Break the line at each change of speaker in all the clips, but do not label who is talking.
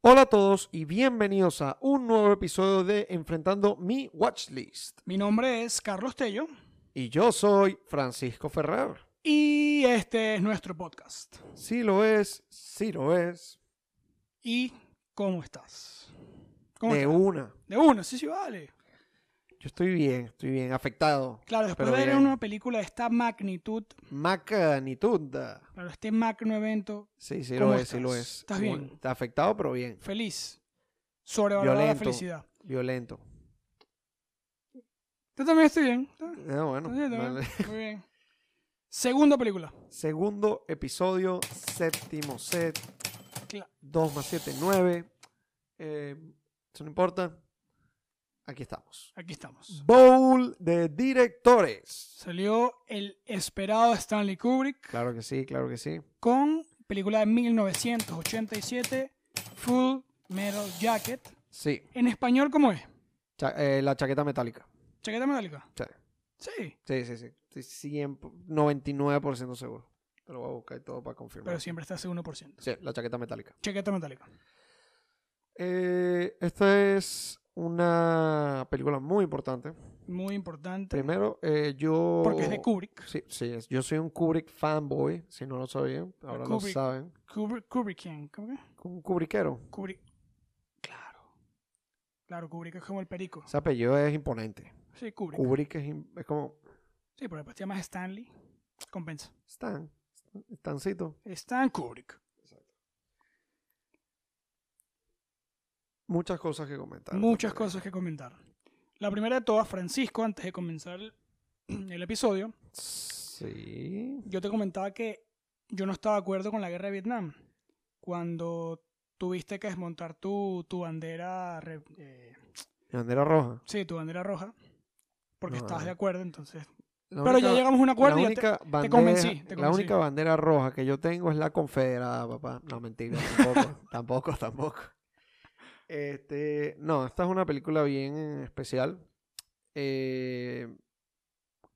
Hola a todos y bienvenidos a un nuevo episodio de Enfrentando mi Watchlist.
Mi nombre es Carlos Tello
Y yo soy Francisco Ferrer.
y este es nuestro podcast.
Sí lo es, sí lo es.
¿Y cómo estás? ¿Cómo
De
estás?
una.
De uno, sí, sí, vale.
Yo estoy bien, estoy bien, afectado.
Claro, después
Pero
de ver
bien.
una película de esta magnitud,
Macanitunda.
claro, este magno evento,
Sí, sí
¿Cómo
lo es, sí
estás?
lo es.
¿Estás
Muy-
bien?
Está afectado, pero bien.
feliz, sobrevalorada la
Violento.
felicidad.
Violento.
Yo también estoy bien.
Ah, bueno.
Estoy bien, también.
vale.
Muy bien. Segunda película.
Segundo episodio, séptimo set.
Cla-
2 más 7, 9. eso no importa. Aquí estamos.
Aquí estamos.
Bowl de directores.
Salió el esperado Stanley Kubrick
Claro que sí, claro que sí.
con película de 1987, Full Metal Jacket.
Sí,
¿En español cómo es?
cha- eh, la chaqueta metálica.
¿Chaqueta metálica?
Sí, sí,
Sí,
sí. sí. Estoy 100 99% seguro. Pero voy a buscar todo para confirmar.
pero siempre está ese 1%.
Sí, la chaqueta metálica.
Chaqueta metálica.
Eh, esta es una película muy importante.
Muy importante.
Primero, eh, yo...
Porque es de Kubrick.
Sí, sí, es- yo soy un Kubrick fanboy, si no lo sabían, ahora lo
Kubrick.
saben.
Kubrick, Kubrickian. ¿Cómo que?
Un Kubrickero.
Kubrick. Claro. Claro, Kubrick es como el perico.
Ese apellido es imponente.
Sí, Kubrick.
Kubrick es, im- es como
Sí, pero después te llamas Stanley. Compensa.
Stan. Stancito.
Stan Kubrick.
Muchas cosas que comentar.
Muchas cosas que comentar. La primera de todas, Francisco, antes de comenzar el- el episodio,
Sí.
yo te comentaba que yo no estaba de acuerdo con la guerra de Vietnam. Cuando tuviste que desmontar tu, tu bandera, re- eh,
Mi bandera roja.
sí, tu bandera roja, porque
No,
estabas
no.
de acuerdo, entonces.
La
Pero
única-
ya llegamos a un acuerdo
la
y ya te-
única bandera,
convencí, te
La
convencí.
única bandera roja que yo tengo es la confederada, papá. No, mentira, tampoco, tampoco, tampoco. Este, no, esta es una película bien especial. Eh,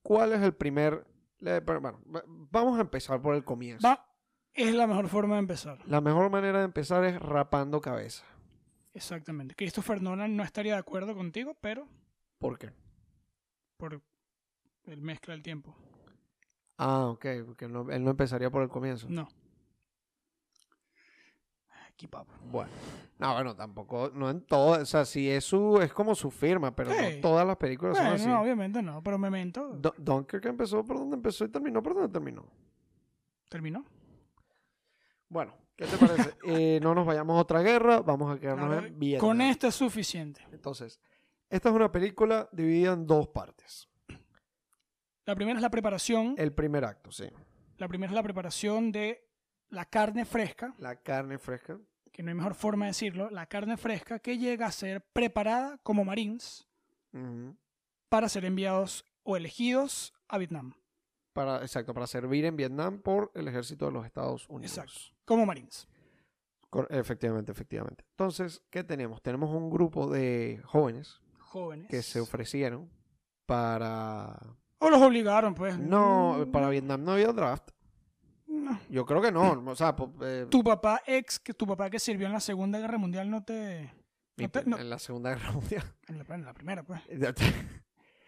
¿Cuál es el primer? le- pero, Bueno, va- vamos a empezar por el comienzo.
Va, es la mejor forma de empezar.
La mejor manera de empezar es rapando cabeza.
Exactamente. Christopher Nolan no estaría de acuerdo contigo, pero
¿Por qué?
por el mezcla del tiempo.
Ah, ok, porque no- él no empezaría por el comienzo.
No. Keep up.
Bueno, no, bueno, tampoco, no en todas, o sea, si es su, es como su firma, pero
Sí.
no todas las películas
Bueno,
son
no,
así.
obviamente no, pero Memento
Do- Dunkirk empezó por donde empezó y terminó por donde terminó.
terminó.
Bueno, ¿qué te parece? Eh, no nos vayamos a otra guerra, vamos a quedarnos
Claro,
en Vietnam.
Con esto es suficiente.
Entonces, esta es una película dividida en dos partes.
La primera es la preparación.
El primer acto, sí.
La primera es la preparación de la carne fresca,
La carne fresca.
que no hay mejor forma de decirlo, la carne fresca que llega a ser preparada como marines
Ujú.
para ser enviados o elegidos a Vietnam.
Para, exacto, para servir en Vietnam por el ejército de los Estados Unidos.
Exacto. Como marines.
Cor- Efectivamente, efectivamente. Entonces, ¿qué tenemos? Tenemos un grupo de jóvenes
Jóvenes.
que se ofrecieron para...
o los obligaron, pues.
No,
Mm, Mm.
para Vietnam no había draft.
no.
Yo creo que no. O sea, po- eh,
Tu papá ex, que tu papá que sirvió en la Segunda Guerra Mundial no te...
mi-
no te- no.
en la Segunda Guerra Mundial.
En la, en la primera, pues.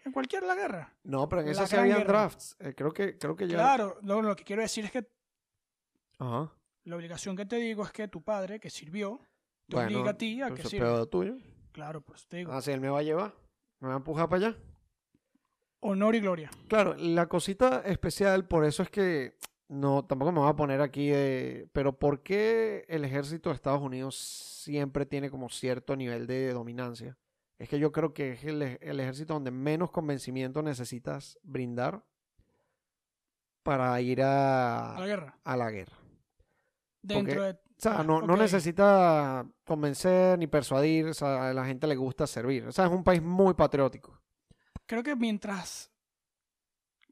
En cualquier la guerra.
no, pero en
La
esa sí
Gran
habían
Guerra.
drafts. Eh, creo que creo que ya...
Claro, lo- lo que quiero decir es que
Ajá.
La obligación que te digo es que tu padre, que sirvió, te
Bueno,
obliga a ti a
pero
que
eso es
sirva.
pedo tuyo.
Claro, pues te digo.
Ah, sí, él me va a llevar. Me va a empujar para allá.
Honor y gloria.
Claro, la cosita especial, por eso es que no, tampoco me voy a poner aquí de, pero ¿por qué el ejército de Estados Unidos siempre tiene como cierto nivel de dominancia? Es que yo creo que es el, ej- el ejército donde menos convencimiento necesitas brindar para ir
A la
a,
guerra.
a la guerra.
Dentro
Porque-
de.
O sea, no, no
Ok.
necesita convencer ni persuadir, o sea, a la gente le gusta servir. O sea, es un país muy patriótico.
Creo que mientras.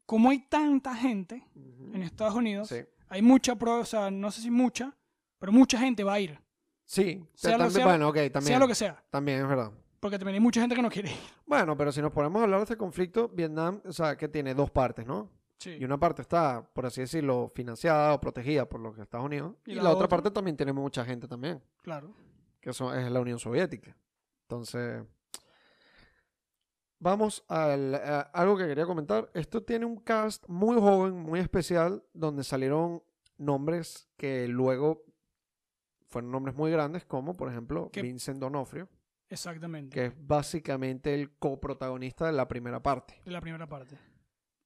Como hay tanta gente en Estados Unidos,
Mm, Sí,
hay mucha prueba, o sea, no sé si mucha, pero mucha gente va a ir.
sí.
Sea lo-
también-
sea lo-
bueno, ok, también.
Sea lo que sea.
También es verdad.
Porque también hay mucha gente que no quiere ir.
Bueno, pero si nos ponemos a hablar de este conflicto, Vietnam, o sea, que tiene dos partes, ¿no?
Sí.
Y una parte está, por así decirlo, financiada o protegida por los Estados Unidos. Y, la, otra parte también tiene mucha gente también.
Claro.
que son, es la Unión Soviética. Entonces, vamos al- a algo que quería comentar. Esto tiene un cast muy joven, muy especial, donde salieron nombres que luego fueron nombres muy grandes, como por ejemplo
Que-
Vincent Donofrio,
Exactamente.
que es básicamente el coprotagonista de la primera parte.
De la primera parte.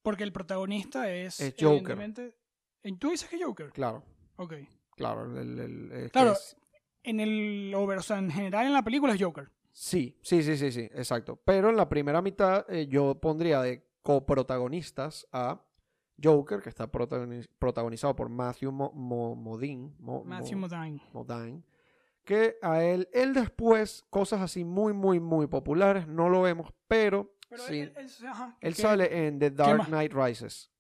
Porque el protagonista es.
Es Joker.
evidentemente- eh, ¿Tú dices que Joker?
Claro,
Ok.
claro. el- el- el- es que
Claro.
es-
En el over, o sea, en general en la película es Joker.
sí, sí, sí, sí, sí, exacto. Pero en la primera mitad eh, yo pondría de coprotagonistas a Joker, que está protagoni- protagonizado por Matthew Mo- Mo- Modine, Mo-
Matthew
Mo-
Modine.
Modine, que a él, él después, cosas así muy, muy, muy populares, no lo vemos, pero,
Pero
sí,
él,
él,
él- ajá, que-
sale en The Dark
más?
Knight Rises.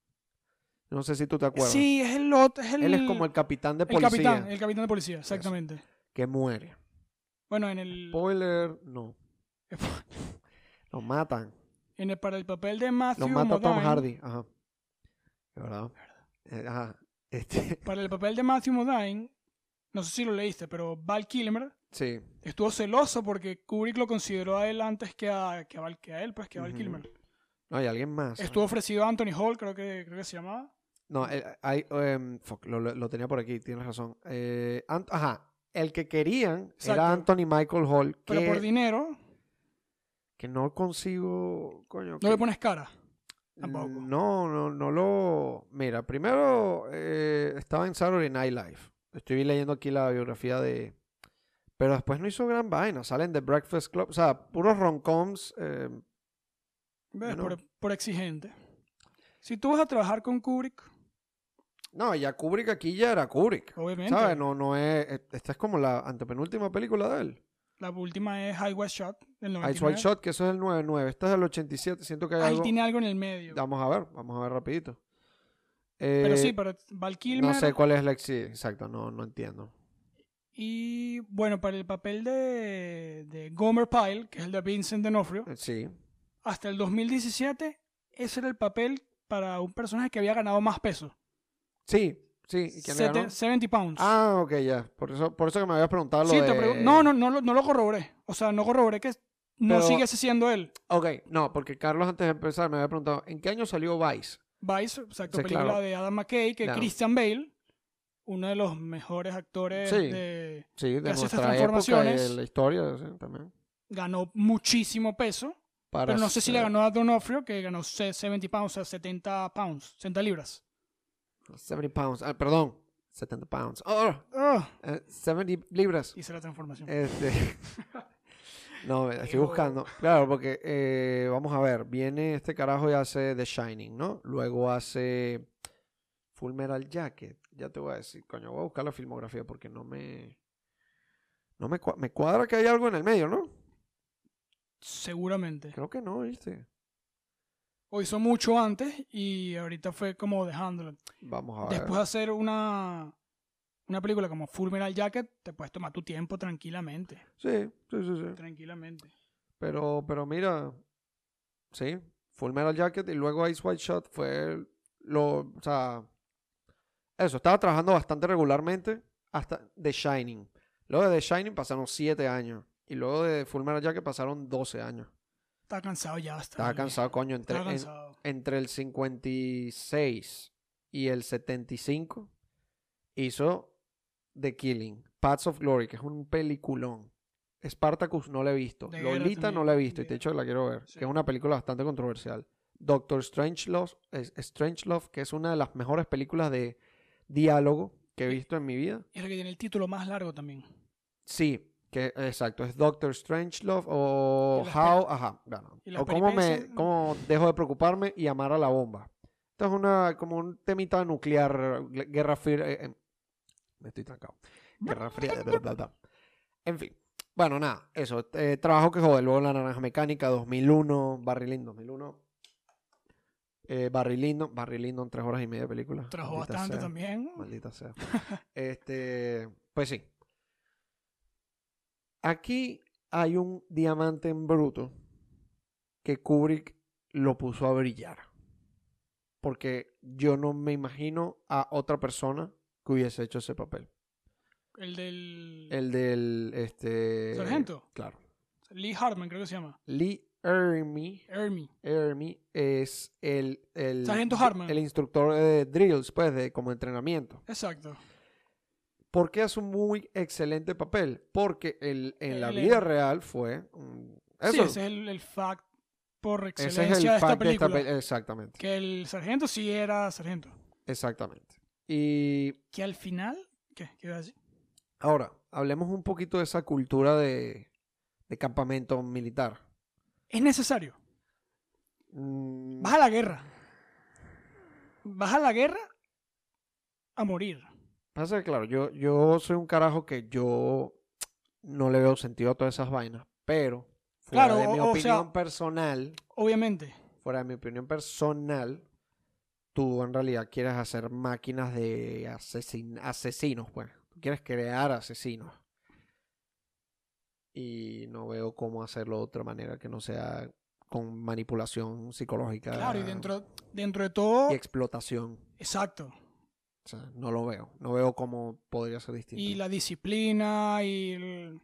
No sé si tú te acuerdas.
Sí, es el lot. Es el,
él es como el capitán de
el
policía
capitán. El capitán de policía, exactamente.
que muere.
Bueno, en el.
Spoiler, no. Lo matan.
En el, para el papel de Matthew
Lo mata Tom
Modine-
Hardy. Ajá. De verdad. Eh, Ajá. Este,
Para el papel de Matthew Modine, no sé si lo leíste, pero Val Kilmer
sí.
estuvo celoso porque Kubrick lo consideró a él antes que a, que a, Val, que a él, pues que a Val
Ujú.
Kilmer.
No, hay alguien más.
Estuvo ofrecido a Anthony Hall, creo que, creo que se llamaba.
No, el- hay, em, fuck, lo, lo- lo tenía por aquí, tienes razón. Eh, Ant- ajá, el que querían
Exacto.
era Anthony Michael Hall,
Pero por
que,
dinero,
que no consigo, coño.
no le
que-
pones cara. tampoco.
Mm, no, no, no lo... Mira, primero eh, estaba en Saturday Night Live. Estoy leyendo aquí la biografía de... Pero después no hizo gran vaina, salen de Breakfast Club, o sea, puros rom-coms. eh,
¿Ves?
Bueno.
Por, por exigente. Si tú vas a trabajar con Kubrick,
no, ya Kubrick aquí ya era Kubrick.
obviamente.
¿Sabes? No, no es... e, Esta es como la antepenúltima película de él.
La última es High West Shot del
Ice
99.
White Shot, que eso es el 9-9. Este es el 87. Siento que hay
Ahí
algo.
tiene algo en el medio.
Vamos a ver, vamos a ver rapidito.
pero
Eh,
sí, pero Val Kilmer.
no sé cuál es la ex- sí, exacto, no, no entiendo.
Y bueno, para el papel de, de Gomer Pyle, que es el de Vincent D'Onofrio,
Eh, Sí,
hasta el 2017, ese era el papel para un personaje que había ganado más peso.
sí, sí. ¿Y quién le
Sete-
ganó?
70 pounds.
Ah, ok, ya. Por eso, por eso que me habías preguntado lo
Sí,
de...
te pregun- no, no, no, lo- no lo corroboré. O sea, no corroboré que no
Pero-
sigue siendo él.
Ok, no, porque Carlos antes de empezar me había preguntado, ¿en qué año salió Vice?
Vice, exacto,
Sí,
película
claro.
de Adam McKay, que
Claro.
Christian Bale, uno de los mejores actores
Sí.
de-
Sí, de
Gracias a
nuestra
estas
época y
transformaciones.
de la historia sí, también.
ganó muchísimo peso,
Para
pero no sé si
ser-
le ganó a Donofrio, que ganó se- 70 pounds, o sea, 70 pounds, 70 libras.
70 pounds. Ah, perdón. 70 pounds. Oh,
Ah,
eh, 70 libras.
Hice la transformación.
Este... No, me- estoy
Ew.
buscando. Claro, porque eh, vamos a ver. Viene este carajo y hace The Shining, ¿no? Luego hace Full Metal Jacket. Ya te voy a decir, coño, voy a buscar la filmografía porque no me. No me, cua- me cuadra que hay algo en el medio, ¿no?
Seguramente.
Creo que no, ¿viste?
O hizo mucho antes y ahorita fue como dejándolo.
Vamos a ver.
Después de hacer una, una película como Full Metal Jacket, te puedes tomar tu tiempo tranquilamente.
Sí, sí, sí, sí.
Tranquilamente.
Pero, pero mira, sí, Full Metal Jacket y luego Ice White Shot fue lo, o sea, eso, estaba trabajando bastante regularmente hasta The Shining. Luego de The Shining pasaron 7 años y luego de Full Metal Jacket pasaron 12 años.
Estaba cansado ya. hasta
Estaba
el-
cansado, coño, entre,
Estaba
en-
cansado.
entre el 56 y el 75 hizo The Killing, Paths of Glory, que es un peliculón. Spartacus no la he visto.
De guerra
Lolita no
también,
la he visto. Y
de
de hecho la quiero ver.
Sí.
Que es una película bastante controversial. Doctor Strangelove, es- Strangelove, que es una de las mejores películas de diálogo que he visto en mi vida.
Es el que tiene el título más largo también.
Sí, que exacto, es Doctor Strangelove o
Y las
How, ajá, bueno,
y las
o cómo me
peripecias.
cómo dejo de preocuparme y amar a la bomba. Esto es una como un temita nuclear, gu- guerra fría, eh, eh, me estoy trancado. Guerra fría, bla, bla, bla. En fin. Bueno, nada, eso, eh, trabajo que jode, luego La Naranja Mecánica 2001, Barry Lyndon 2001. Eh, Barry Lyndon, Barry Lyndon, tres horas y media de película.
Trabajó
maldita
bastante
sea.
también.
Maldita sea. Este, pues sí. Aquí hay un diamante en bruto que Kubrick lo puso a brillar. Porque yo no me imagino a otra persona que hubiese hecho ese papel.
El del.
El del. Este,
Sargento.
Claro.
Lee Hartman, creo que se llama.
Lee Ermey.
Ermi.
Ermey es el. el
Sargento Hartman.
El instructor de drills, pues, de, como entrenamiento.
Exacto.
¿Por qué hace un muy excelente papel? Porque él, en la
Él
vida
es-
real fue. mm, Eso.
Sí, ese es el, el fact por
Ese es
excelencia
el
de esta
fact de esta
película.
pe- Exactamente.
que el sargento sí era sargento.
Exactamente. Y
Que al final. ¿Qué? ¿Qué iba a decir?
ahora, hablemos un poquito de esa cultura de, de campamento militar.
Es necesario.
Mm,
Vas a la guerra. Vas a la guerra a morir.
Pasa que, claro, yo, yo soy un carajo que yo no le veo sentido a todas esas vainas, pero fuera
Claro,
de mi
o- o sea-
opinión personal,
Obviamente.
fuera de mi opinión personal, tú en realidad quieres hacer máquinas de asesin- asesinos, pues. Tú quieres crear asesinos. Y no veo cómo hacerlo de otra manera que no sea con manipulación psicológica
Claro, y dentro, dentro de todo.
y explotación.
Exacto.
O sea, no lo veo. No veo cómo podría ser distinto.
Y la disciplina y el.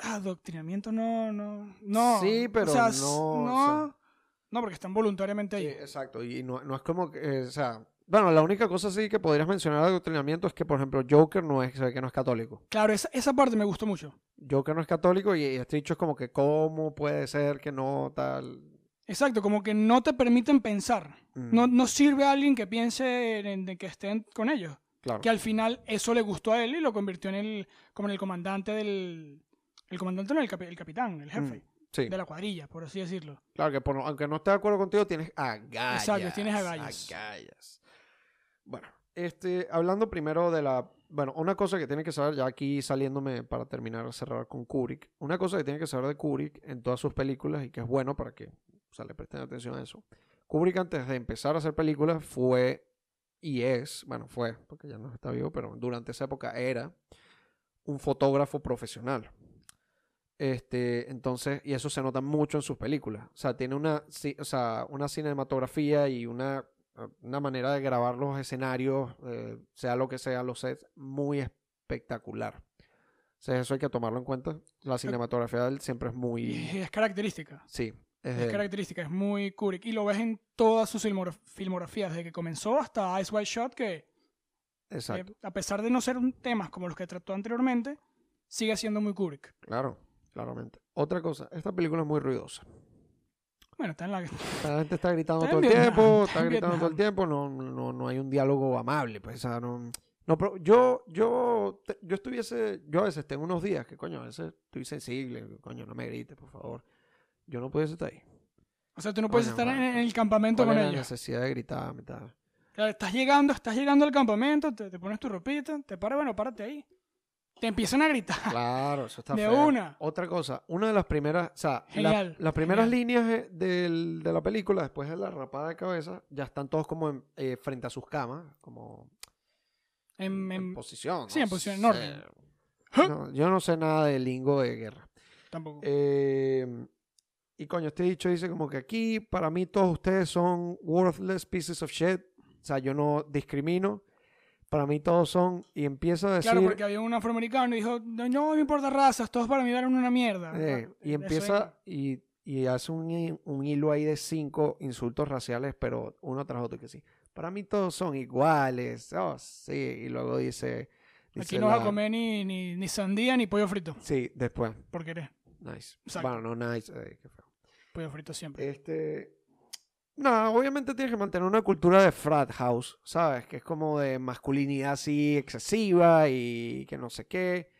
Adoctrinamiento no, no. No.
Sí,
O
pero
sea, s-
no, o
No,
sea-
no, porque están voluntariamente ahí.
Sí, exacto. Y no, no es como que, eh, o sea, bueno, la única cosa sí que podrías mencionar de adoctrinamiento es que, por ejemplo, Joker no es, se ve que no es católico.
Claro, esa, esa parte me gustó mucho.
Joker no es católico y, y este dicho es como que, ¿cómo puede ser que no tal?
Exacto, como que no te permiten pensar.
Mm,
No, no sirve a alguien que piense en, en que estén con ellos.
claro.
Que al final eso le gustó a él y lo convirtió en el, como en el comandante del... El comandante no, el, capi- el capitán, el jefe
Mm, Sí,
de la cuadrilla, por así decirlo.
claro que por lo- aunque no esté de acuerdo contigo, tienes agallas.
Exacto, tienes agallas.
agallas. Bueno, este, hablando primero de la, bueno, una cosa que tiene que saber, ya aquí saliéndome para terminar de cerrar con Kubrick, una cosa que tiene que saber de Kubrick en todas sus películas y que es bueno para que, o sea, le presten atención a eso. Kubrick antes de empezar a hacer películas fue y es, bueno, fue, porque ya no está vivo, pero durante esa época era un fotógrafo profesional. Este, entonces, y eso se nota mucho en sus películas. O sea, tiene una, ci- o sea, una cinematografía y una, una manera de grabar los escenarios, eh, sea lo que sea, los sets, muy espectacular. O sea, eso hay que tomarlo en cuenta. La cinematografía de él siempre es
Y
muy...
es característica.
Sí, es de
Es
él.
característica, es muy Kubrick. Y lo ves en todas sus filmora- filmografías, desde que comenzó hasta Ice White Shot, que eh,
Exacto,
a pesar de no ser un temas como los que trató anteriormente, sigue siendo muy Kubrick.
claro, claramente. Otra cosa, esta película es muy ruidosa.
Bueno, está en la...
La gente está gritando
Está
todo
en
el
Vietnam,
tiempo,
está
está
en
gritando todo el tiempo, no, no, no hay un diálogo amable, pues, o sea, no, no, pero yo, yo, te- yo estuviese, yo a veces tengo unos días que, coño, a veces estoy sensible, coño, no me grites, por favor, yo no pudiese estar ahí.
O sea, tú no puedes
Coño,
estar en,
vale.
en el campamento
¿Cuál
con
era la
ellos.
necesidad de gritarme? tal?
Claro, estás llegando, estás llegando al campamento, te, te pones tu ropita, te paras, bueno, párate ahí. Te empiezan a gritar.
Claro, eso está
De
feo.
una.
Otra cosa, una de las primeras, o sea, la-
Genial,
las primeras
genial.
líneas eh, del- de la película, después de la rapada de cabeza, ya están todos como en- eh, frente a sus camas, como
En-
en
en-
posición.
em- sí, en posición, en
sé.
orden.
No, yo no sé nada de lingo de guerra.
tampoco.
Eh, y coño, este dicho dice como que aquí, para mí, todos ustedes son worthless pieces of shit. O sea, yo no discrimino. Para mí, todos son. Y empieza a decir.
claro, porque había un afroamericano y dijo, no, no me importa razas, todos para mí eran una mierda.
eh, y
ah, Eso
empieza. Y, y hace un, hi- un hilo ahí de cinco insultos raciales, pero uno tras otro que sí. Para mí, todos son iguales. Oh, sí. Y luego dice.
es-
dice
Aquí no vas a
la-
comer ni, ni, ni sandía ni pollo frito.
Sí, después.
Porque eres
Nice.
Exacto.
Bueno, no nice. eh, qué feo.
pollo frito siempre.
Este. No, obviamente tienes que mantener una cultura de frat house, ¿sabes? Que es como de masculinidad así excesiva y que no sé qué.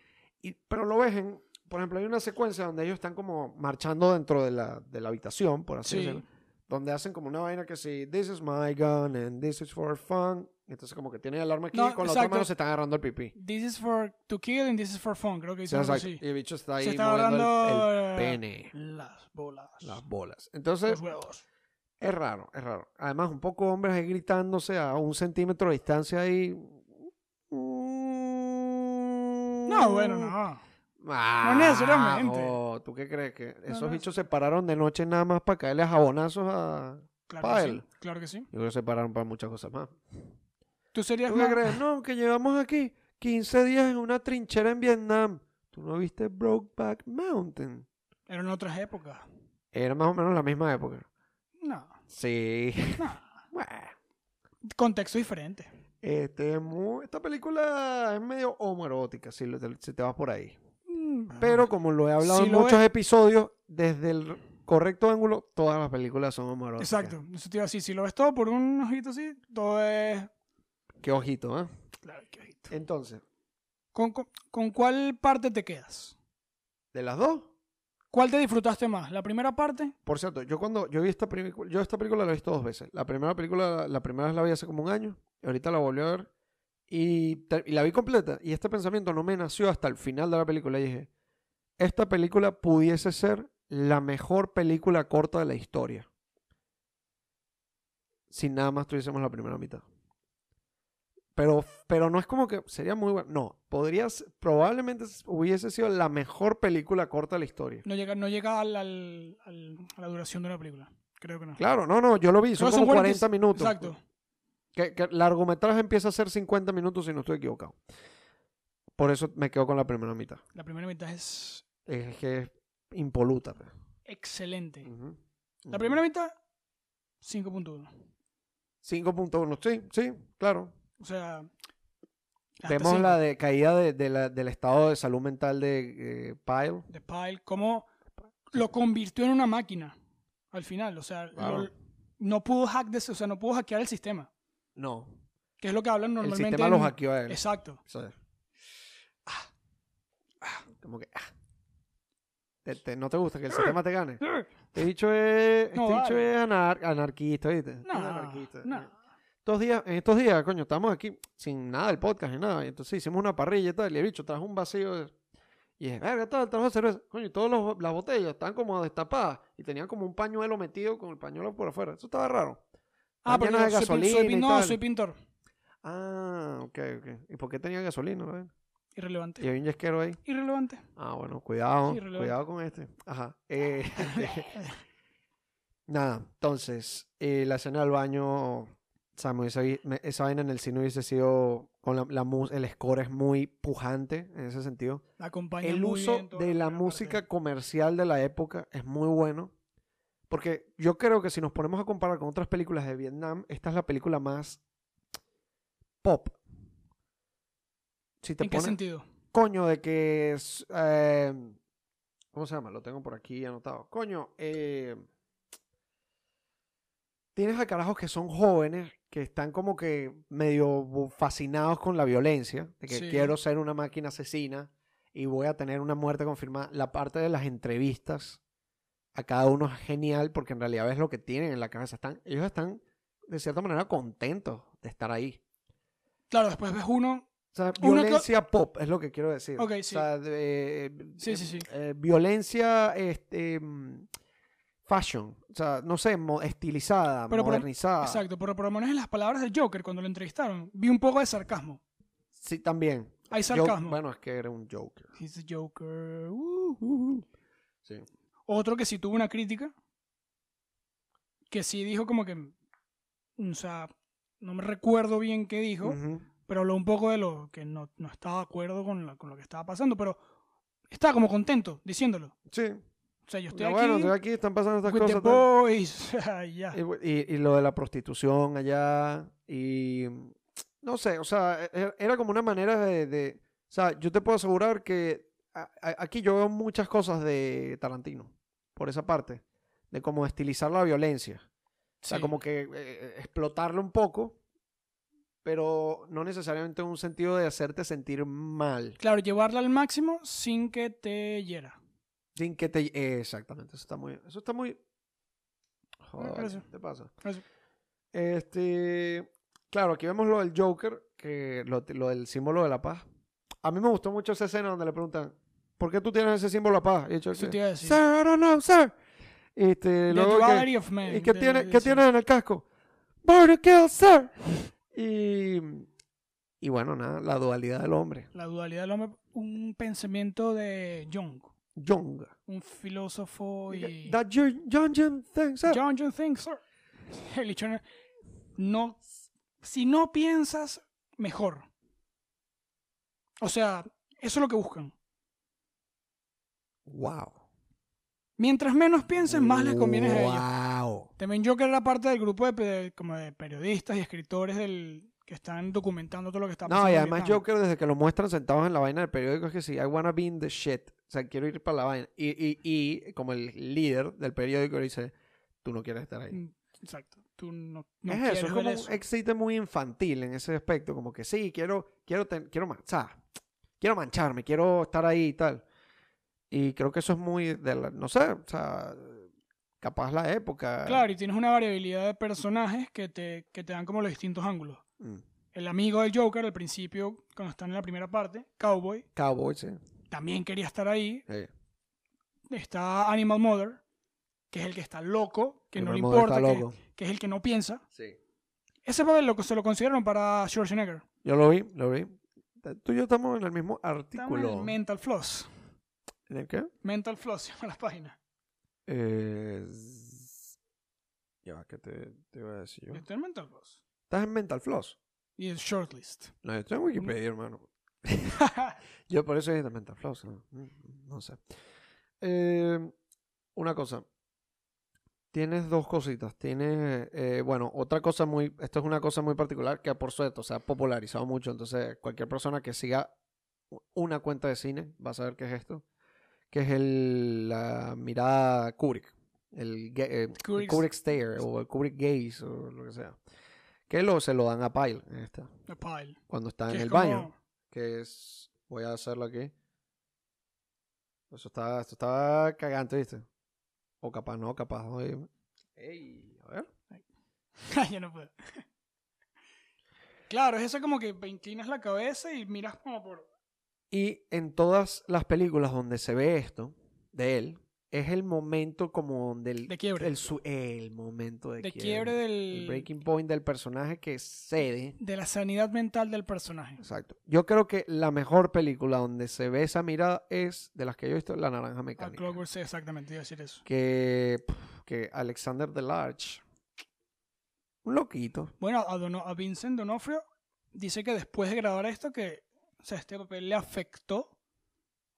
Y, pero lo ves en. Por ejemplo, hay una secuencia donde ellos están como marchando dentro de la, de la habitación, por así
Sí.
decirlo. Donde hacen como una vaina que si, this is my gun and this is for fun. Entonces, como que tienen alarma aquí
No,
y con la otra
exacto.
mano se están agarrando el pipí.
This is for to kill and this is for fun, creo que
O sea,
hicieron algo
exacto.
así.
Y el bicho está ahí
Se está
moviendo el-
agarrando
el pene,
las bolas,
las bolas. Entonces,
los huevos.
Es raro, es raro. Además, un poco hombres ahí gritándose a un centímetro de distancia ahí.
No,
No,
bueno, no.
mm, Ah,
No necesariamente.
no, ¿Tú qué crees? que
No,
Esos
no.
bichos se pararon de noche nada más para caerle a jabonazos a...
Claro que sí,
Pael.
claro que sí.
Yo creo que se pararon para muchas cosas más.
Tú serías
¿Tú qué
más-
crees? No, que llegamos aquí, 15 días en una trinchera en Vietnam. ¿Tú no viste Brokeback Mountain?
Eran otras épocas.
Era más o menos la misma época.
No,
Sí.
no.
Bueno.
Contexto diferente.
Este, mu- esta película es medio homoerótica, si, lo- si te vas por ahí.
Mm,
Pero como lo he hablado
Sí
en
lo
muchos
es.
episodios, desde el correcto ángulo, todas las películas son homoeróticas.
Exacto. Eso te iba a decir, Si lo ves todo por un ojito así, todo es.
Qué ojito, ¿eh?
Claro, qué ojito.
Entonces,
¿Con, con, con cuál parte te quedas?
de las dos,
¿Cuál te disfrutaste más? ¿La primera parte?
por cierto, yo cuando yo vi esta película, yo esta película la he visto dos veces. La primera película, la primera vez la vi hace como un año, y ahorita la volví a ver y, te- y la vi completa. Y este pensamiento no me nació hasta el final de la película. Y dije, esta película pudiese ser la mejor película corta de la historia. Si nada más tuviésemos la primera mitad. Pero, pero no es como que sería muy bueno. No, podrías, probablemente hubiese sido la mejor película corta de la historia.
No llega, no llega al, al- al- a la duración de una película. Creo que no.
Claro, no, no, yo lo vi, son
Creo que
como 40
40
minutos.
Exacto.
Que, que el largometraje empieza a ser 50 minutos si no estoy equivocado. Por eso me quedo con la primera mitad.
La primera mitad es
Es que es impoluta. pues.
excelente.
Ujú.
La primera mitad, 5.1.
5.1, sí, sí, claro.
O sea. hasta
Vemos
cinco.
la de caída de, de la- del estado de salud mental de eh, Pyle.
de Pyle, cómo lo convirtió en una máquina al final. O sea, lo-
Claro.
no pudo hack de- o sea, no pudo hackear el sistema.
No,
Que es lo que hablan
el
normalmente.
sistema
en-
lo ¿eh? hackeó a él.
Exacto.
O sea, ah, ah, como que... ah. Te- te- ¿No te gusta que el sistema te gane? Este bicho es,
No,
este bicho
vale.
es anar- anarquista, ¿viste? Es
No,
anarquista.
no.
Estos días, en estos días, coño, estamos aquí sin nada del podcast ni nada. Y entonces hicimos una parrilla y tal. Y el bicho trajo un vacío. de- y dije, verga, tal, trajo cerveza. Coño, y todas los- las botellas estaban como destapadas. Y tenían como un pañuelo metido con el pañuelo por afuera. Eso estaba raro.
Ah,
Estaban
pero
llenas de
yo soy, pin- soy
gasolina
pin-
y
no,
tal.
soy pintor.
Ah, ok, ok. ¿Y por qué tenía gasolina? vale?
Irrelevante.
Y había un yesquero ahí.
Irrelevante.
Ah, bueno, cuidado.
Sí, relevante.
cuidado con este. Ajá. eh, Nada, entonces, eh, la escena del baño, o sea, me hubiese vi- me- esa vaina en el cine hubiese sido, con la, la mus- el score es muy pujante en ese sentido.
La acompaña
El
muy
uso
bien toda
de la
primera
música
parte.
comercial de la época es muy bueno, porque yo creo que si nos ponemos a comparar con otras películas de Vietnam, esta es la película más pop. Si te
¿En qué
pones-
sentido?
coño, de que es, eh, ¿cómo se llama? Lo tengo por aquí anotado. Coño, eh, tienes a carajos que son jóvenes que están como que medio bu- fascinados con la violencia, de que
Sí.
quiero ser una máquina asesina y voy a tener una muerte confirmada. La parte de las entrevistas a cada uno es genial porque en realidad es lo que tienen en la cabeza. Están, ellos están de cierta manera contentos de estar ahí.
Claro, después ves uno.
O sea,
Una
violencia pop es lo que quiero decir.
Ok,
O
sí.
sea, de- eh,
Sí,
eh,
sí, sí.
eh, violencia este, mm, fashion. O sea, no sé, mo- estilizada,
Pero por-
modernizada.
Exacto, pero por lo menos en las palabras del Joker cuando lo entrevistaron, vi un poco de sarcasmo.
Sí, también.
Hay
Yo-
sarcasmo.
bueno, es que era un Joker.
He's a Joker. uh, uh, uh.
Sí.
Otro que sí tuvo una crítica, que sí dijo como que, mm, o sea, no me recuerdo bien qué dijo,
Ujú.
pero habló un poco de lo que no, no estaba de acuerdo con, la- con lo que estaba pasando, pero estaba como contento diciéndolo.
Sí.
O sea, yo estoy
Ya
aquí
bueno, estoy aquí, están pasando estas
with the
cosas. tal.
boys. Ay, ya.
Y, bu- y- y lo de la prostitución allá. Y mm, no sé, o sea, e- e- era como una manera de. de- o sea, yo te puedo asegurar que a- a- aquí yo veo muchas cosas de Tarantino, por esa parte, de cómo estilizar la violencia. O sea,
Sí.
como que eh, explotarlo un poco, pero no necesariamente en un sentido de hacerte sentir mal.
Claro, llevarla al máximo sin que te hiera.
Sin que te. eh, exactamente, eso está muy. Eso está muy. Joder,
parece.
¿qué te pasa?
Eso.
Este, claro, aquí vemos lo del Joker, que lo, lo del símbolo de la paz. A mí me gustó mucho esa escena donde le preguntan, ¿por qué tú tienes ese símbolo de la paz? Y el Joker,
Eso te iba a decir.
Sir, I don't know, sir. Este,
The
luego que,
duality of man.
¿Y qué
de-
tiene,
de-
qué
sí.
tiene en el casco? Born to kill, sir. Y, y bueno, nada, la dualidad del hombre.
La dualidad del hombre, un pensamiento de Jung,
Jung.
un filósofo y...
That Jung- Jung Jung thing, sir.
John John thinks, sir. El dicho no- no, si no piensas, mejor. O sea, eso es lo que buscan.
Wow.
Mientras menos piensen, más les conviene a ellos.
Wow.
También yo que era parte del grupo de, pe- como de periodistas y escritores del que están documentando todo lo que está pasando.
No, y
en
además
Vietnam.
Joker, desde que lo muestran sentados en la vaina del periódico, es que sí, I wanna be in the shit. O sea, quiero ir para la vaina. Y, y, y como el líder del periódico le dice, tú no quieres estar ahí.
Mm, Exacto. Tú no, no
es
quieres
eso, es
ver
como
eso.
un eh. excite muy infantil en ese aspecto. Como que sí, quiero, quiero, ten- quiero manchar. Quiero mancharme, quiero estar ahí y tal. Y creo que eso es muy de la, no sé, o sea, capaz la época.
Claro, y tienes una variabilidad de personajes que te, que te dan como los distintos ángulos.
Mm.
El amigo del Joker, al principio, cuando están en la primera parte, Cowboy,
Cowboy, sí.
también quería estar ahí.
Sí.
Está Animal Mother, que es el que está loco, que no le
Animal Mother
importa,
está
que,
loco.
que es el que no piensa.
Sí.
Ese papel lo, se lo consideraron para Schwarzenegger.
Yo lo vi, lo vi. Tú y yo estamos en el mismo
Estamos en
artículo.
el Mental Floss.
¿En el qué?
Mental Floss se llama la página.
Eh, z- Ya va, ¿qué te, te iba a decir yo?
Yo estoy en Mental Floss.
¿Estás en Mental Floss?
Y es Shortlist.
No, yo estoy en Wikipedia, hermano. Yo por eso dije de Mental Floss. No, Mm, no sé. Eh, una cosa. Tienes dos cositas. Tienes, eh, bueno, otra cosa muy, esto es una cosa muy particular que por suerte se ha popularizado mucho. Entonces, cualquier persona que siga u- una cuenta de cine va a saber qué es esto. Que es el, la mirada Kubrick. El, ga- eh, el
Kubrick's-
Kubrick Stare o el Kubrick Gaze o lo que sea. Que lo, se lo dan a Pyle en esta,
The Pile.
cuando está Ah,
que
en
es
el
como-
baño que es. Voy a hacerlo aquí. Eso está, esto está cagante, ¿viste? O capaz no, capaz. oye. Ey, a ver.
Yo no puedo. claro, es eso como que inclinas la cabeza y miras como por...
Y en todas las películas donde se ve esto de él, es el momento como donde el.
De quiebre.
El, su- el momento de,
De quiebre del...
El breaking point del personaje que cede.
De la sanidad mental del personaje.
Exacto. Yo creo que la mejor película donde se ve esa mirada es, de las que yo he visto, La Naranja
A
Mecánica.
Clockwork sí, exactamente, iba a decir eso.
que, pf, que Alexander the Large, un loquito.
Bueno, a, Dono- a Vincent Donofrio dice que después de grabar esto, que o sea, este papel le afectó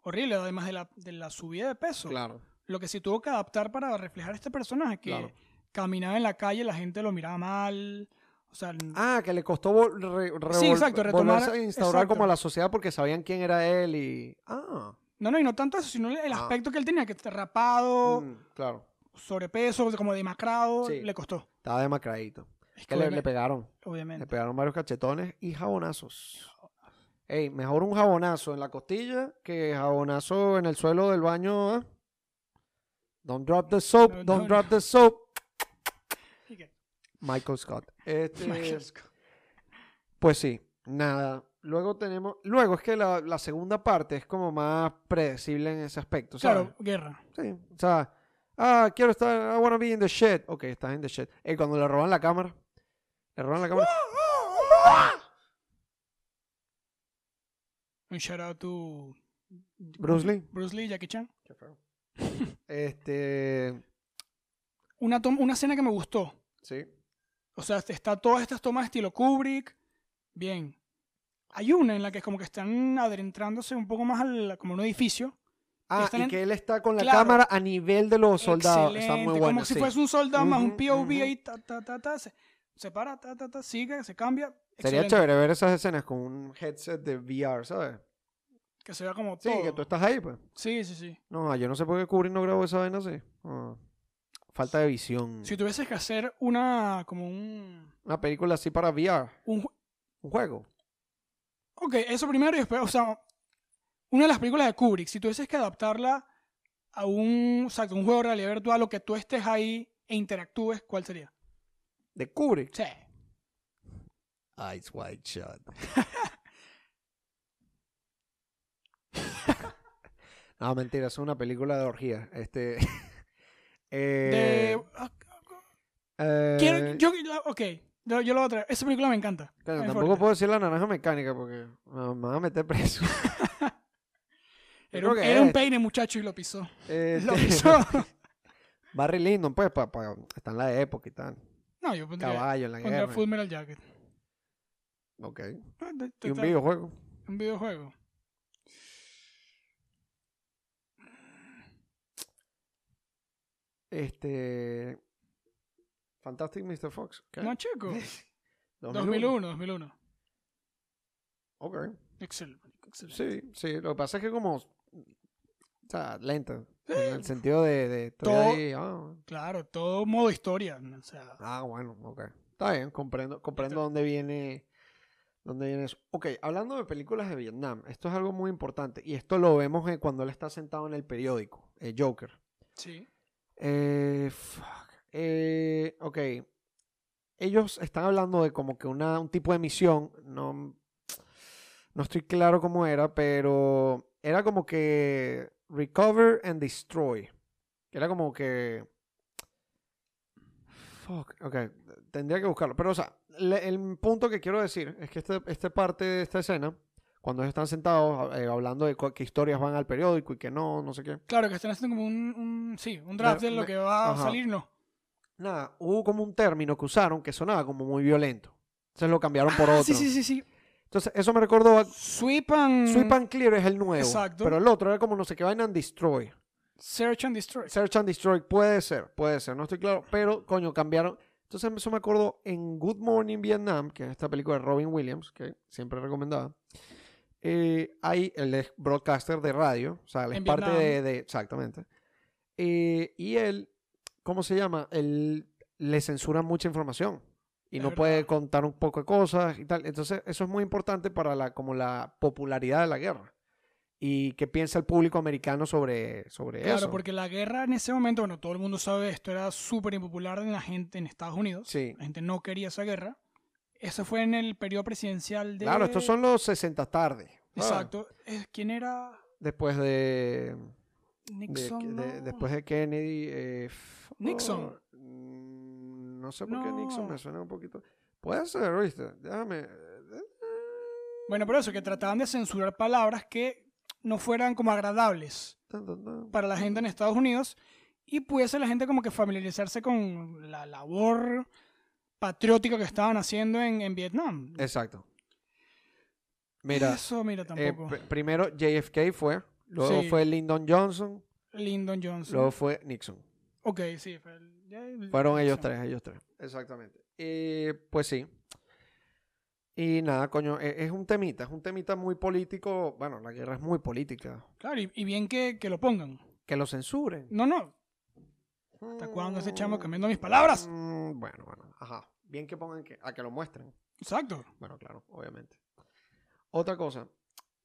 horrible, además de la, de la subida de peso.
Claro.
Lo que se tuvo que adaptar para reflejar este personaje, que
Claro.
caminaba en la calle, la gente lo miraba mal. O sea,
Ah, que le costó vol- re-
Sí,
revol-
exacto, retomar-
volverse a instaurar
exacto.
como a la sociedad porque sabían quién era él y... Ah,
no, no, y no tanto eso, sino el
Ah.
aspecto que él tenía, que está rapado,
mm, claro.
sobrepeso, como demacrado,
Sí.
le costó.
Estaba demacradito.
Es
Que le,
obvia-
le pegaron. Le
obviamente.
pegaron varios cachetones y jabonazos. Ey, mejor un jabonazo en la costilla que jabonazo en el suelo del baño. ¿eh? Don't drop the soap,
No,
don't
no,
drop the soap.
Y que-
Michael Scott. Este,
Michael Scott.
Pues sí, nada. Luego tenemos. Luego es que la, la segunda parte es como más predecible en ese aspecto. ¿sabes?
Claro, guerra.
Sí. O sea, ah, quiero estar. I wanna be in the shit. Ok, estás en the shit. Eh, cuando le roban la cámara. Le roban la cámara.
¡Ah, Un shout out to
Bruce Lee.
Bruce Lee, Jackie Chan.
Este.
Una, toma- una escena que me gustó.
Sí.
O sea, está todas estas tomas estilo Kubrick. Bien. Hay una en la que es como que están adentrándose un poco más al, como un edificio.
Ah,
Están
y
en-
que él está con la
Claro.
cámara a nivel de los soldados.
Excelente,
Está muy bueno.
Como si
sí.
fuese un soldado más un
Ujú,
POV
ujú.
ahí, ta, ta, ta, ta, se, se para, ta, ta, ta, sigue, se cambia.
Sería
Excelente.
chévere ver esas escenas con un headset de VR, ¿sabes?
Que se vea como
Sí,
todo.
que tú estás ahí, pues.
Sí, sí, sí.
No, ah, yo no sé por qué Kubrick no grabó esa vaina así. Ah. Falta de visión.
Si tuvieses que hacer una, como un,
Una película así para VR.
un ju-
Un juego.
Ok, eso primero y después, o sea, una de las películas de Kubrick, si tuvieses que adaptarla a un, o sea, a un juego de realidad virtual o que tú estés ahí e interactúes, ¿cuál sería?
De Kubrick.
Sí.
Ice White Shot. no, mentira. Es una película de orgía. Este...
De-
eh,
ah,
eh,
quiero- yo, la- ok, yo, yo lo voy a traer. Esa película me encanta.
claro,
Me
tampoco
favorita.
puedo decir la naranja mecánica porque ah, me van a meter preso.
Era,
creo
un-
que
era un
es.
peine, muchacho, y lo pisó.
Este,
Lo pisó.
Barry Lyndon, pues, pa, pa- está en la época y tal.
No, yo pondría,
Caballo en la
pondría
guerra.
Full Metal Jacket.
Ok.
Ah, ta- ta-
Y un
ta-
videojuego.
un videojuego.
Este. Fantastic Mr. Fox. ok.
No, chico.
2001.
2001, 2001.
Ok.
Excelente. excelente.
Sí, sí. Lo que pasa es que como. O sea, lenta. En el sentido de. de estoy
Todo-
ahí, ah,
Claro, todo modo historia. O sea,
Ah, bueno, ok. Está bien, comprendo, comprendo dónde viene, dónde viene eso. Ok, hablando de películas de Vietnam, esto es algo muy importante y esto lo vemos eh, cuando él está sentado en el periódico, eh, Joker.
sí.
Eh, fuck. Eh, ok, ellos están hablando de como que una, un tipo de misión, no, no estoy claro cómo era, pero era como que recover and destroy. Era como que... Fuck, ok, tendría que buscarlo. Pero, o sea, le- el punto que quiero decir es que este- esta parte de esta escena, cuando ellos están sentados eh, hablando de cu- qué historias van al periódico y que no, no sé qué.
Claro, que están haciendo como un, un- sí, un draft de
Me-
lo que va
ajá.
a salir, no.
Nada, hubo como un término que usaron que sonaba como muy violento. Entonces lo cambiaron por
Ah,
otro.
Sí, sí, sí, sí.
Entonces, eso me recordó a
Sweep and,
Sweep and Clear es el nuevo.
Exacto.
Pero el otro era como no sé qué vaina and destroy.
Search and Destroy.
Search and Destroy puede ser, puede ser, no estoy claro. Pero, coño, cambiaron. Entonces, eso me acordó en Good Morning Vietnam, que es esta película de Robin Williams, que siempre recomendaba. Eh, ahí él es broadcaster de radio, o sea, él es
En
parte de,
Vietnam.
de- Exactamente. Eh, y él, ¿cómo se llama? Él le censura mucha información y
Es
no puede
verdad.
contar un poco de cosas y tal. Entonces, eso es muy importante para la, como la popularidad de la guerra. ¿Y qué piensa el público americano sobre, sobre
Claro,
eso?
porque la guerra en ese momento, bueno, todo el mundo sabe esto, era súper impopular en la gente en Estados Unidos.
Sí.
La gente no quería esa guerra. Eso fue en el periodo presidencial de...
Claro, estos son ah. los 60 tarde. ¿sabes?
Exacto. Eh, ¿Quién era?
Después de, de-
Nixon.
de-
¿no?
después de Kennedy. eh, f-
Nixon.
oh, mm, no sé por qué Nixon me suena un poquito. Puede ser, ¿viste? Déjame. eh,
Bueno, por eso, que trataban de censurar palabras que no fueran como agradables
Tan, tan, tan.
para la gente en Estados Unidos y pudiese la gente como que familiarizarse con la labor patriótica que estaban haciendo en, en Vietnam.
Exacto. Eh, Mira,
Eso, mira,
eh,
tampoco.
pr- primero JFK fue, luego
Sí.
fue Lyndon Johnson,
Lyndon Johnson.
luego fue Nixon.
Ok, sí. fue el- ya el-
Fueron ellos
Nixon.
tres, ellos tres. Exactamente. Eh, pues sí. Y nada, coño, e- es un temita, es un temita muy político. Bueno, la guerra es muy política.
Claro, y, y bien que, que lo pongan.
Que lo censuren.
No, no.
¿Hasta
cuándo ese chamo cambiando mis palabras?
Mm, bueno, bueno, ajá. Bien que pongan que, a que lo muestren.
Exacto.
Bueno, claro, obviamente. Otra cosa.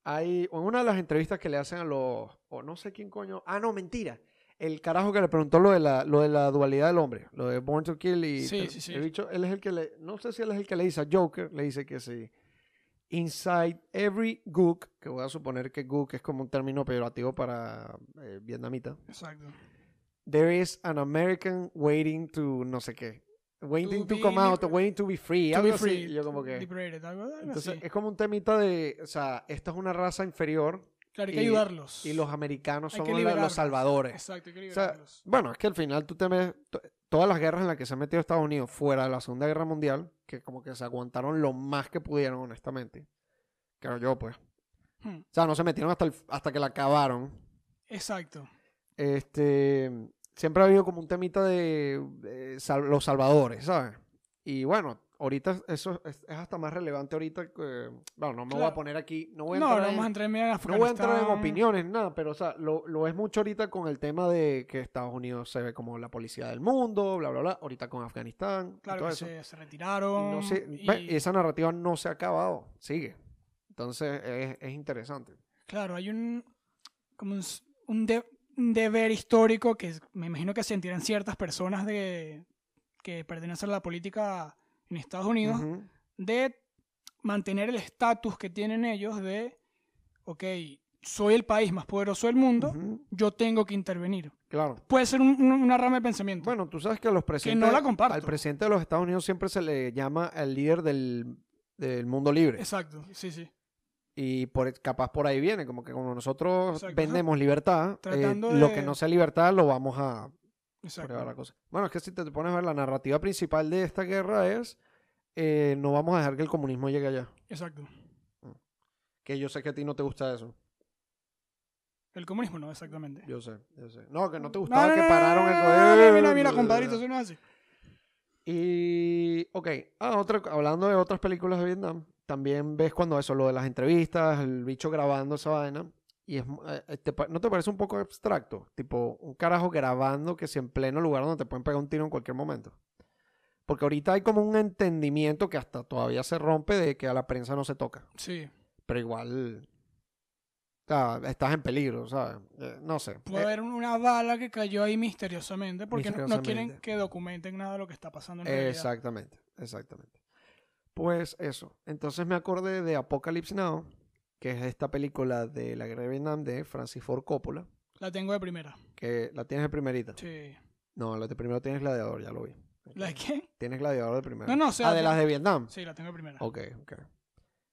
Hay, en una de las entrevistas que le hacen a los, o no sé quién coño, ah, no, mentira. El carajo que le preguntó lo de la, lo de la dualidad del hombre, lo de Born to Kill y
Sí,
tal.
sí, sí.
El bicho, él es el que le, no sé si él es el que le dice a Joker, le dice que sí. Inside every gook, que voy a suponer que gook es como un término peyorativo para eh, vietnamita.
Exacto.
There is an American waiting to no sé qué. Waiting to,
be
come out,
liber-
waiting to be free.
To
algo
be
así.
free,
Y Yo como que...
liberated, algo- algo
Entonces,
así.
es como un temita de, o sea, esta es una raza inferior
Claro, hay que
y-
ayudarlos.
y los americanos
Hay
son
que
la- los
liberarlos.
salvadores.
Exacto, hay que
O sea,
liberarlos.
bueno, es que al final tú te ves to- todas las guerras en las que se ha metido Estados Unidos fuera de la Segunda Guerra Mundial, que como que se aguantaron lo más que pudieron, honestamente. Creo yo, pues. O
Hmm,
sea, no se metieron hasta, el- hasta que la acabaron.
Exacto.
Este, siempre ha habido como un temita de eh, sal- los salvadores, ¿sabes? Y bueno, ahorita eso es, es hasta más relevante ahorita que, bueno, no me voy a
Claro.
poner aquí, no voy a
No, no
entrar,
vamos a
en,
entrar en
no voy a entrar en
Afganistán.
opiniones, nada, pero o sea, lo, lo es mucho ahorita con el tema de que Estados Unidos se ve como la policía del mundo, bla, bla, bla, ahorita con Afganistán, y
Claro
todo
que
eso.
se, se
Y
retiraron.
no se-
y-
ve, esa narrativa no se ha acabado, sigue. Entonces es, es interesante.
Claro, hay un como un, s- un de- un deber histórico que es- me imagino que sentirán ciertas personas de que pertenecen a la política en Estados Unidos
Ujú.
de mantener el estatus que tienen ellos de, ok, soy el país más poderoso del mundo,
Ujú,
yo tengo que intervenir.
Claro.
Puede ser un- un- una rama de pensamiento.
Bueno, tú sabes que a los presidentes.
no la comparto.
Al presidente de los Estados Unidos siempre se le llama el líder del, del mundo libre.
Exacto, sí, sí.
Y por, capaz por ahí viene, como que como nosotros
Exacto,
vendemos libertad, eh,
Tratando
lo
de-
que no sea libertad lo vamos a
Exacto.
probar la cosa. Bueno, es que si te pones a ver, la narrativa principal de esta guerra es: eh, no vamos a dejar que el comunismo llegue allá.
Exacto.
Que yo sé que a ti no te gusta eso.
El comunismo no, exactamente.
Yo sé, yo sé. No, que no te
No,
gustaba
no,
que
no,
pararon
no,
el
no,
código.
no, Mira, mira, compadrito, eso no es así.
Y, ok, ah, otra, hablando de otras películas de Vietnam, también ves cuando eso, lo de las entrevistas, el bicho grabando esa vaina, y es, mu- eh, eh, te pa- ¿no te parece un poco abstracto? Tipo, un carajo grabando que si en pleno lugar donde te pueden pegar un tiro en cualquier momento. Porque ahorita hay como un entendimiento que hasta todavía se rompe de que a la prensa no se toca,
Sí.
pero igual, o sea, estás en peligro, ¿sabes? Eh, no sé.
Puede
Eh,
haber una bala que cayó ahí misteriosamente porque no- no quieren
Misteriosamente.
que documenten nada de lo que está pasando en realidad.
Exactamente, exactamente. Pues eso. Entonces me acordé de Apocalypse Now, que es esta película de la guerra de Vietnam de Francis Ford Coppola,
La tengo de primera.
que la tienes de primerita.
Sí.
No, la de primero tienes Gladiador, ya lo vi.
¿La de qué?
Tienes Gladiador de primero.
No, no, o sea,
Ah, de
de-
las de Vietnam.
Sí, la tengo de primera.
Ok, ok.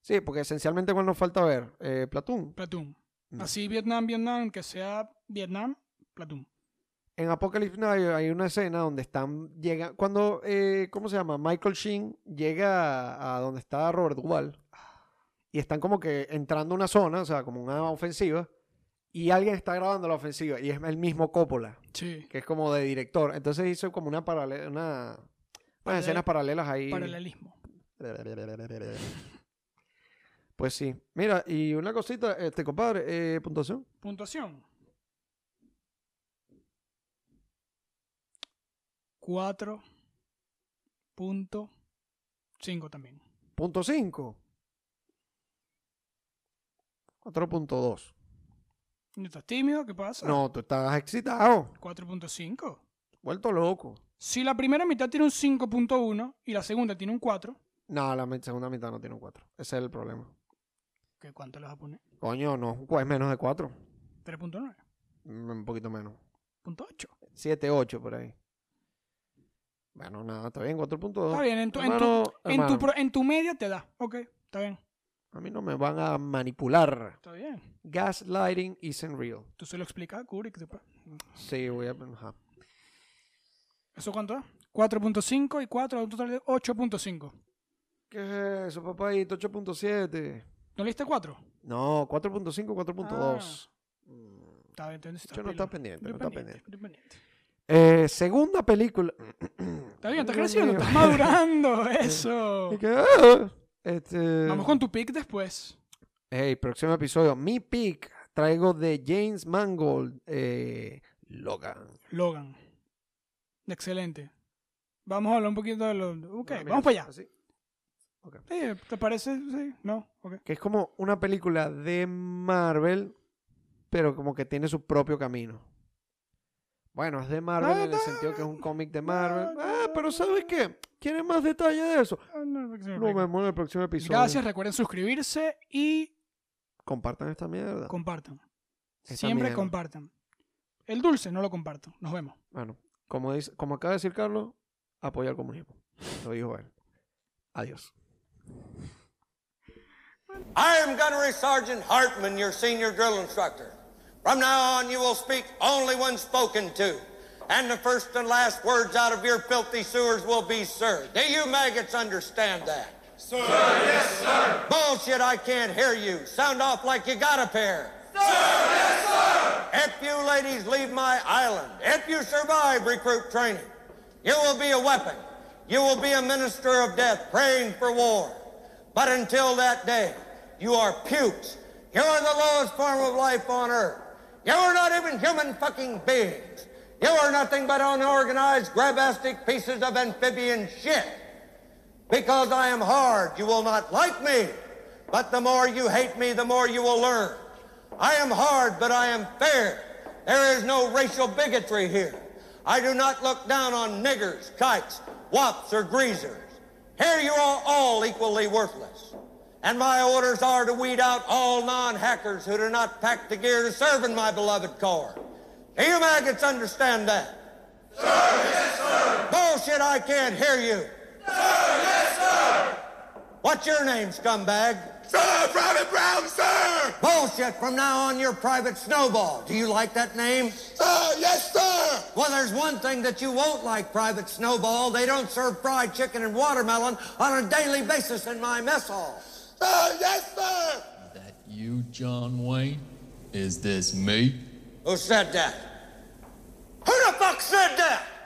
Sí, porque esencialmente cuando nos falta ver eh, Platoon.
Platoon.
No.
Así Vietnam, Vietnam, que sea Vietnam, Platoon.
En Apocalypse Now hay una escena donde están llega cuando eh, ¿cómo se llama? Michael Sheen llega a, a donde está Robert Duvall y están como que entrando a una zona, o sea, como una ofensiva y alguien está grabando la ofensiva y es el mismo Coppola,
Sí.
que es como de director. Entonces hizo como una paralela una unas
Paralela-
escenas paralelas ahí.
Paralelismo.
Pues sí. Mira, y una cosita, este compadre, eh, puntuación.
Puntuación. 4.5 también.
Punto 5. 4.2.
¿No estás tímido? ¿Qué pasa?
No, tú estabas excitado,
4.5.
vuelto loco.
Si la primera mitad tiene un 5.1 y la segunda tiene un 4,
No, la mi- segunda mitad no tiene un 4. Ese es el problema.
¿qué ¿cuánto le vas a poner?
Coño, no, un cu- es menos de 4.
3.9,
Un poquito menos.
punto 8.
7, 8 por ahí. Bueno, nada, está bien, 4.2.
Está bien, en tu, en tu-
Oh, Hermano,
en tu
hermano,
pro- en tu media te da. Ok, está bien.
A mí no me van a manipular.
Está bien.
Gaslighting isn't real.
Tú se lo explicas a Kubrick después.
Sí, voy a... ajá.
¿Eso cuánto es? 4.5 y 4, un total de 8.5.
¿Qué es eso, papadito? 8.7.
¿No leíste 4?
No, 4.5, 4.2.
Ah. Está bien, entonces
Yo no
pila.
estaba pendiente, no
Estoy
estaba
estoy pendiente.
Eh, segunda película.
Está bien,
Dios
estás creciendo,
mío.
estás madurando, eso.
Y que, "Ah". Este,
Vamos con tu pick después.
Hey, próximo episodio. Mi pick traigo de James Mangold. eh, Logan.
Logan. Excelente. Vamos a hablar un poquito de los... Ok,
Ah, mira,
vamos para allá.
así. Ok.
Sí, ¿te parece? Sí, no, ok.
Que es como una película de Marvel, pero como que tiene su propio camino. Bueno, es de Marvel
No,
en el
no,
sentido que es un cómic de Marvel.
no,
Ah,
no,
pero
no.
¿sabes qué? ¿Quieres más detalle de eso?
Ah, no, porque se me
Lo
pega.
vemos en el próximo episodio.
Gracias, recuerden suscribirse y
Compartan esta mierda.
compartan.
Esta
Siempre
mierda.
compartan. El dulce no lo comparto. Nos vemos.
Bueno, como, dice, como acaba de decir Carlos, apoya al comunismo. Lo dijo él. Adiós.
I am Gunnery Sergeant Hartman, your senior drill instructor. From now on, you will speak only when spoken to, and the first and last words out of your filthy sewers will be, sir. Do you maggots understand that? Sir, yes, sir. Bullshit, I can't hear you. Sound off like you got a pair. Sir, yes, sir. If you ladies leave my island, if you survive recruit training, you will be a weapon. You will be a minister of death praying for war. But until that day, you are pukes. You are the lowest form of life on earth. You are not even human fucking beings. You are nothing but unorganized, grabastic pieces of amphibian shit. Because I am hard, you will not like me. But the more you hate me, the more you will learn. I am hard, but I am fair. There is no racial bigotry here. I do not look down on niggers, kites, wops, or greasers. Here you are all equally worthless. And my orders are to weed out all non-hackers who do not pack the gear to serve in my beloved corps. Do you maggots understand that? Sir, yes, sir. Bullshit, I can't hear you. Sir, yes, sir. What's your name, scumbag?
Sir, Private Brown, sir!
Bullshit! From now on, you're Private Snowball. Do you like that name?
Sir, yes, sir!
Well, there's one thing that you won't like, Private Snowball. They don't serve fried chicken and watermelon on a daily basis in my mess hall.
Sir, Uh, yes, sir!
That you, John Wayne?
Is this me?
Who said that?